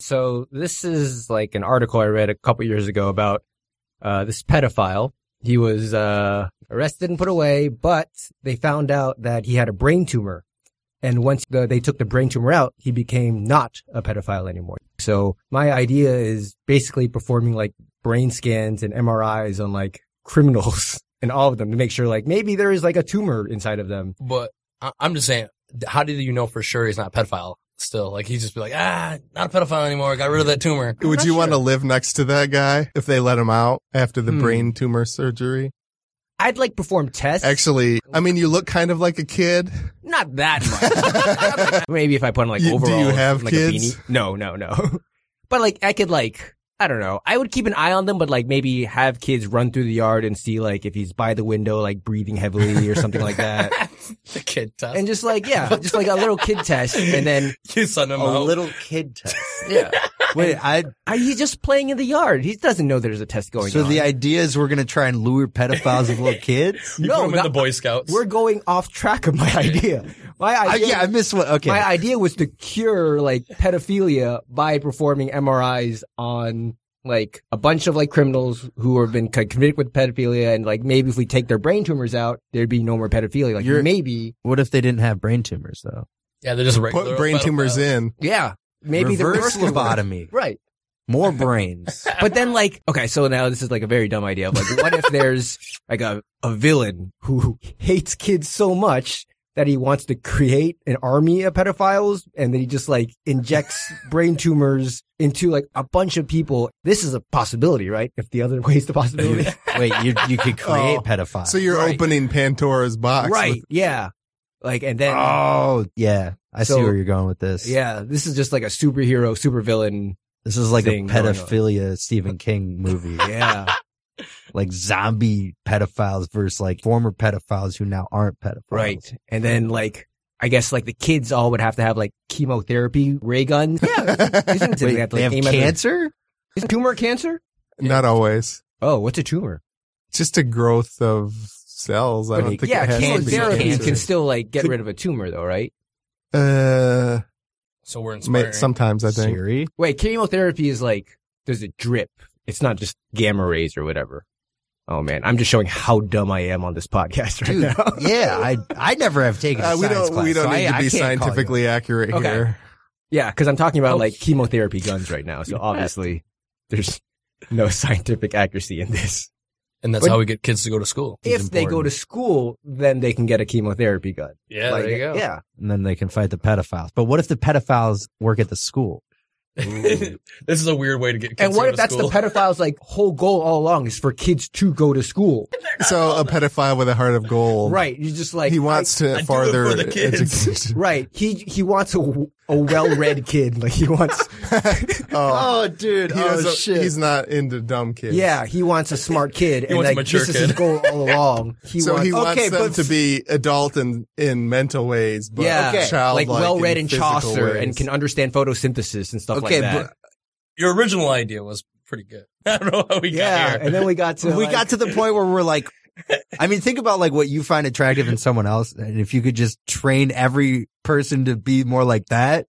So this is like an article I read a couple years ago about uh, this pedophile. He was uh, arrested and put away, but they found out that he had a brain tumor. And once the, they took the brain tumor out, he became not a pedophile anymore. So my idea is basically performing like brain scans and MRIs on like criminals and all of them to make sure like maybe there is like a tumor inside of them. But I- I'm just saying, how do you know for sure he's not a pedophile still? Like, he's just be like, ah, not a pedophile anymore. Got rid of that tumor. Would not you want to sure. live next to that guy if they let him out after the Hmm. brain tumor surgery? I'd like perform tests. Actually, I mean, you look kind of like a kid. Not that much. Maybe if I put on like You- do overalls. you have and, like kids? A beanie. No, no, no. but like I could like I don't know. I would keep an eye on them, but like maybe have kids run through the yard and see like if he's by the window, like breathing heavily or something like that, the kid test. and just like yeah, just like a little kid test, and then you son of A a little kid test. yeah, Wait, I. I, he's just playing in the yard. He doesn't know there's a test going So on. the idea is we're gonna try and lure pedophiles with little kids. You No, put him in not- the Boy Scouts. We're going off track of my idea. My I, idea, yeah, I missed what. Okay, my idea was to cure like pedophilia by performing MRIs on like a bunch of like criminals who have been con- convicted with pedophilia, and like maybe if we take their brain tumors out, there'd be no more pedophilia. Like You're- maybe, What if they didn't have brain tumors though? yeah, they're just regular Put brain pedophiles. tumors in. yeah, maybe the reverse tumor. lobotomy, right? more brains. But then like, okay, so now this is like a very dumb idea. Like, what if there's like a, a villain who hates kids so much that he wants to create an army of pedophiles and then he just like injects brain tumors into like a bunch of people. This is a possibility, right? If the other way is the possibility. Wait, you you could create Oh, pedophiles. So you're Right. opening Pandora's box. right. Yeah. Like, and then, oh yeah, I So- see where you're going with this. yeah, this is just like a superhero, supervillain. this is like a thing going on. pedophilia Stephen King movie, Yeah. like zombie pedophiles versus like former pedophiles who now aren't pedophiles. right. And then like, I guess like the kids all would have to have like chemotherapy ray guns. Yeah. Isn't it Wait, have to, like, they have aim at their- cancer. Is tumor cancer? Not always. Oh, what's a tumor? Just a growth of cells. I don't think it yeah, has to be chemotherapy cancer. can still like get Could- rid of a tumor, though, right? Uh, So we're ma- inspiring. sometimes I think. Siri? Wait, chemotherapy is like there's a drip. It's not just gamma rays or whatever. Oh man, I'm just showing how dumb I am on this podcast right Dude, now. yeah, I I never have taken. A Uh, we science don't. class, we don't so I- need to be I can't call you. scientifically accurate Okay. here. yeah, because I'm talking about Oh, like shit. chemotherapy guns right now, so obviously there's no scientific accuracy in this. and that's But- how we get kids to go to school. If they go to important. school, then they can get a chemotherapy gun. Yeah, Like, there you go. Yeah, and then they can fight the pedophiles. But what if the pedophiles work at the school? this is a weird way to get kids and to what go if to that's school. the pedophile's like whole goal all along is for kids to go to school? So a pedophile with a heart of gold. Right. You just like he wants I do to it farther for the kids. education. right. He he wants a, a well-read kid. Like he wants. oh, dude! he doesn't- He's not into dumb kids. Yeah, he wants a smart kid. and wants a like, mature this is his kid. goal all along. He so wants he wants okay, them but- to be adult in, in mental ways, but yeah, childlike like well-read in and physical Chaucer ways. and can understand photosynthesis and stuff like Okay, that. but Your original idea was pretty good. I don't know how we yeah, got here. and then we got to we like- got to the point where we're like, I mean, think about like what you find attractive in someone else, and if you could just train every person to be more like that,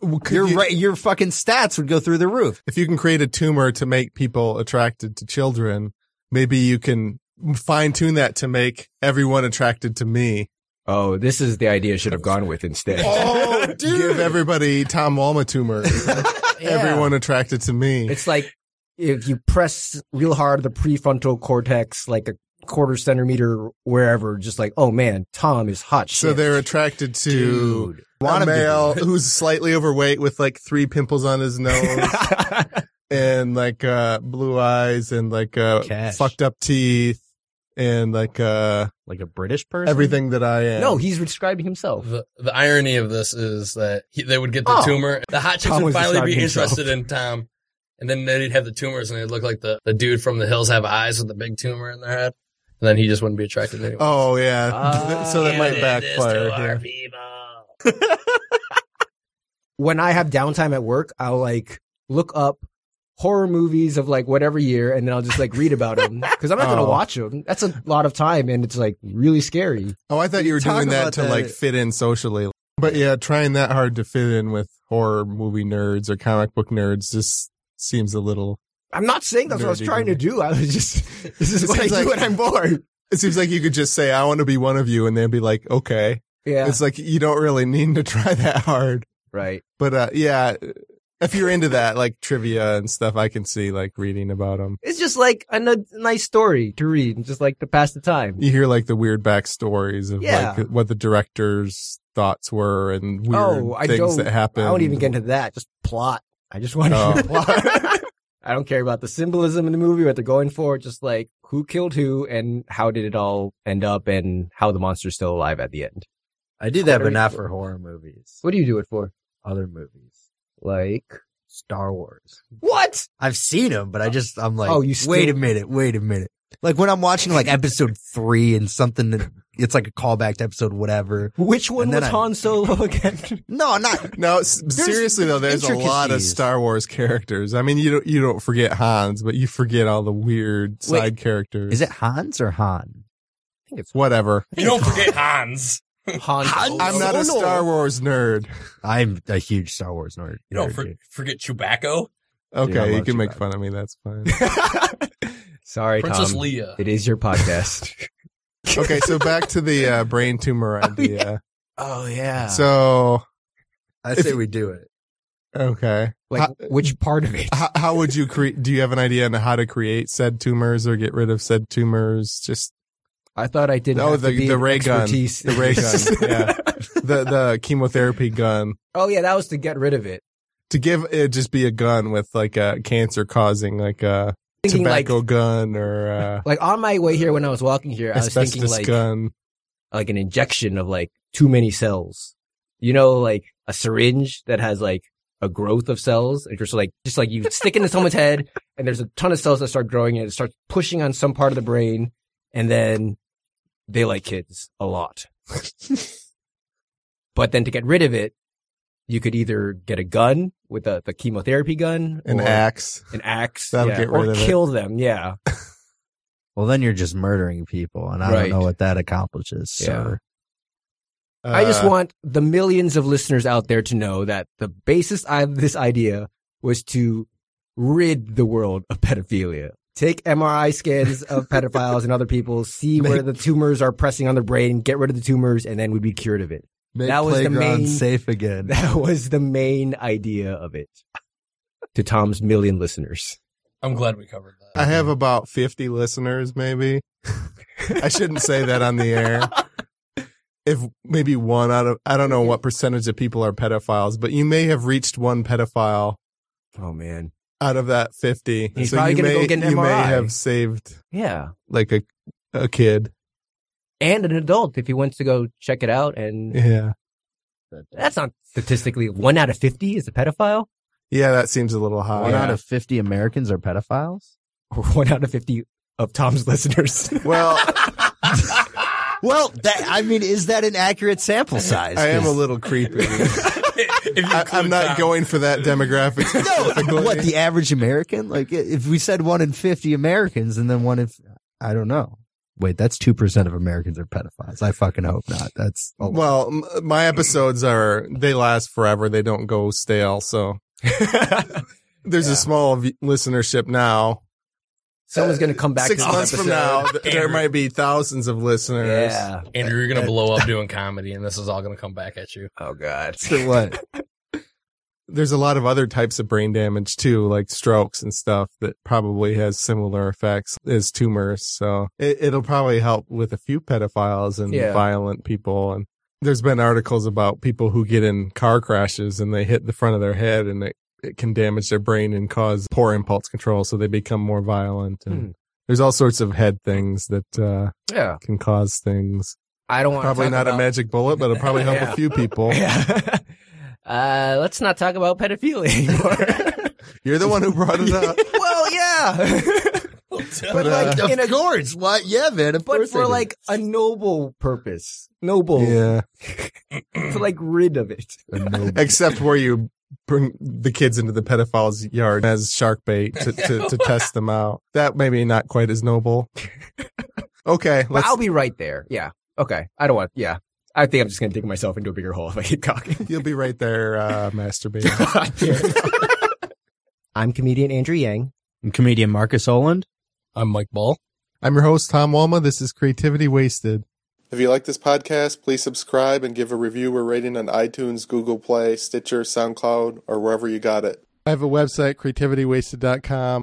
Could your you- ra- your fucking stats would go through the roof. if you can create a tumor to make people attracted to children, maybe you can fine tune that to make everyone attracted to me. oh, this is the idea I should have gone with instead. Oh, Give everybody Tom Walma tumor. Everyone attracted to me. It's like if you press real hard the prefrontal cortex, like a quarter centimeter wherever, just like oh man, Tom is hot. So shit. they're attracted to Dude, a him to be. male who's slightly overweight with like three pimples on his nose and like uh blue eyes and like uh Cash. fucked up teeth and like uh like a British person, everything that I am. no, he's describing himself. The, the irony of this is that he, they would get the Oh. tumor. The hot chicks Tom was would finally be describing himself. interested in Tom. And then they'd have the tumors and it'd look like the, the dude from the hills have eyes with the big tumor in their head. And then he just wouldn't be attracted anymore. Oh yeah. Ah. so that might backfire. yeah. when I have downtime at work, I'll like look up horror movies of like whatever year, and then I'll just like read about them because I'm not gonna Oh. watch them. That's a lot of time, and it's like really scary. Oh, I thought you were Talk doing that about to that. like fit in socially. But yeah, trying that hard to fit in with horror movie nerds or comic book nerds just seems a little. I'm not saying that's what I was Nerdy, trying to nerdy. do. I was just this is It what I seems do like- when I'm bored. It seems like you could just say, I want to be one of you. And they'd be like, okay. Yeah, It's like you don't really need to try that hard. right. But uh, yeah, if you're into that, like trivia and stuff, I can see like reading about them. It's just like a n- nice story to read, and just like to pass the time. You hear like the weird backstories of Yeah. like what the director's thoughts were and weird Oh, I things don't- that happened. I don't even get into that. Just plot. I just want to hear Oh. the plot. I don't care about the symbolism in the movie, what they're going for. Just like who killed who and how did it all end up, and how the monster's still alive at the end. I do that, but Very not cool. for horror movies. What do you do it for? Other movies, Like Star Wars. what? I've seen them, but I just I'm like, Oh, you still- wait a minute, wait a minute. Like when I'm watching like episode three and something, that, it's like a callback to episode whatever. Which one And then was I- Han Solo again? No, not No, s- seriously though, there's a lot of intricacies. Star Wars characters. I mean, you don't you don't forget Hans, but you forget all the weird Wait, side characters. Is it Hans or Han? Whatever. You don't forget Hans. Han. Solo. I'm not a Star Wars nerd. I'm a huge Star Wars nerd. You don't nerd, for- dude. forget Chewbacca. Okay, Yeah, I you love can make Chewbacca. fun of me. That's fine. Sorry, Princess Tom. Leia. It is your podcast. okay, so back to the uh, brain tumor idea. oh yeah. So, I If say you- we do it. okay, like How- which part of it? how, how would you create? Do you have an idea on how to create said tumors or get rid of said tumors? Just I thought I didn't. Oh, have the- to be the an ray gun. expertise. The ray gun, yeah. the the chemotherapy gun oh yeah, that was to get rid of it. to give it just be a gun with like a cancer causing like a Thinking like, tobacco gun or uh, like on my way here when I was walking here, I was thinking asbestos like gun. like an injection of like too many cells. You know, like a syringe that has like a growth of cells. It's just like just like you stick into someone's head, and there's a ton of cells that start growing, and it starts pushing on some part of the brain, and then they like kids a lot. but then to get rid of it, you could either get a gun with a, the chemotherapy gun, An or axe. an axe, That'll yeah, get or rid of it. kill them. Yeah, Well, then you're just murdering people, and I Right. don't know what that accomplishes, Yeah. sir. I just Uh, want the millions of listeners out there to know that the basis of this idea was to rid the world of pedophilia. Take MRI scans of pedophiles and other people, see where the tumors are pressing on their brain, get rid of the tumors, and then we'd be cured of it. Make That was the playgrounds main- safe again. That was the main idea of it. To Tom's million listeners. I'm glad we covered that. I have about 50 listeners, maybe. I shouldn't say that on the air. If maybe one out of, I don't know what percentage of people are pedophiles, but you may have reached one pedophile Oh man. out of that 50. He's so probably you gonna may, go get an you may MRI. have saved Yeah. like a, a kid. And an adult if he wants to go check it out and Yeah. that's not statistically one out of 50 is a pedophile Yeah, that seems a little high. One out of 50 Americans are pedophiles? or one out of 50 of Tom's listeners. well, Well, that, I mean, is that an accurate sample size? I am a little creepy. If you I, I'm include not Tom. going for that demographic. No, specifically. what, the average American? Like, i- if we said one in 50 Americans and then one in, f- I don't know. Wait, that's 2% of Americans are pedophiles. I fucking hope not. That's a Oh. lot. Well, m- my episodes are they last forever. They don't go stale. So there's Yeah. a small v- listenership now. Someone's gonna come back Six to this months from now, episode. th- there Andrew. might be thousands of listeners. Yeah. Andrew, you're gonna blow up doing comedy, and this is all gonna come back at you. Oh god. So what? There's a lot of other types of brain damage too, like strokes and stuff that probably has similar effects as tumors. So it, it'll probably help with a few pedophiles and Yeah. violent people. And there's been articles about people who get in car crashes and they hit the front of their head and it, it can damage their brain and cause poor impulse control. So they become more violent. And Hmm. there's all sorts of head things that, uh, Yeah. can cause things. I don't want Probably to not a magic bullet, but it'll probably help Yeah. a few people. magic. uh, let's not talk about pedophilia anymore. You're the one who brought it up. well, yeah, But, uh, in a- course. What? Yeah, man. Of but course I for do. like a noble purpose, noble yeah. to like rid of it. A noble- except where you bring the kids into the pedophile's yard as shark bait to, to, to test them out. That maybe not quite as noble. Okay, But let's I'll be right there. Yeah. Okay. I don't want. Yeah. I think I'm just gonna dig myself into a bigger hole if I keep talking. You'll be right there uh, masturbating. I'm comedian Andrew Yang. I'm comedian Marcus Oland. I'm Mike Ball. I'm your host, Tom Walma. This is Creativity Wasted. If you like this podcast, please subscribe and give a review or rating on iTunes, Google Play, Stitcher, SoundCloud, or wherever you got it. I have a website, creativitywasted.com,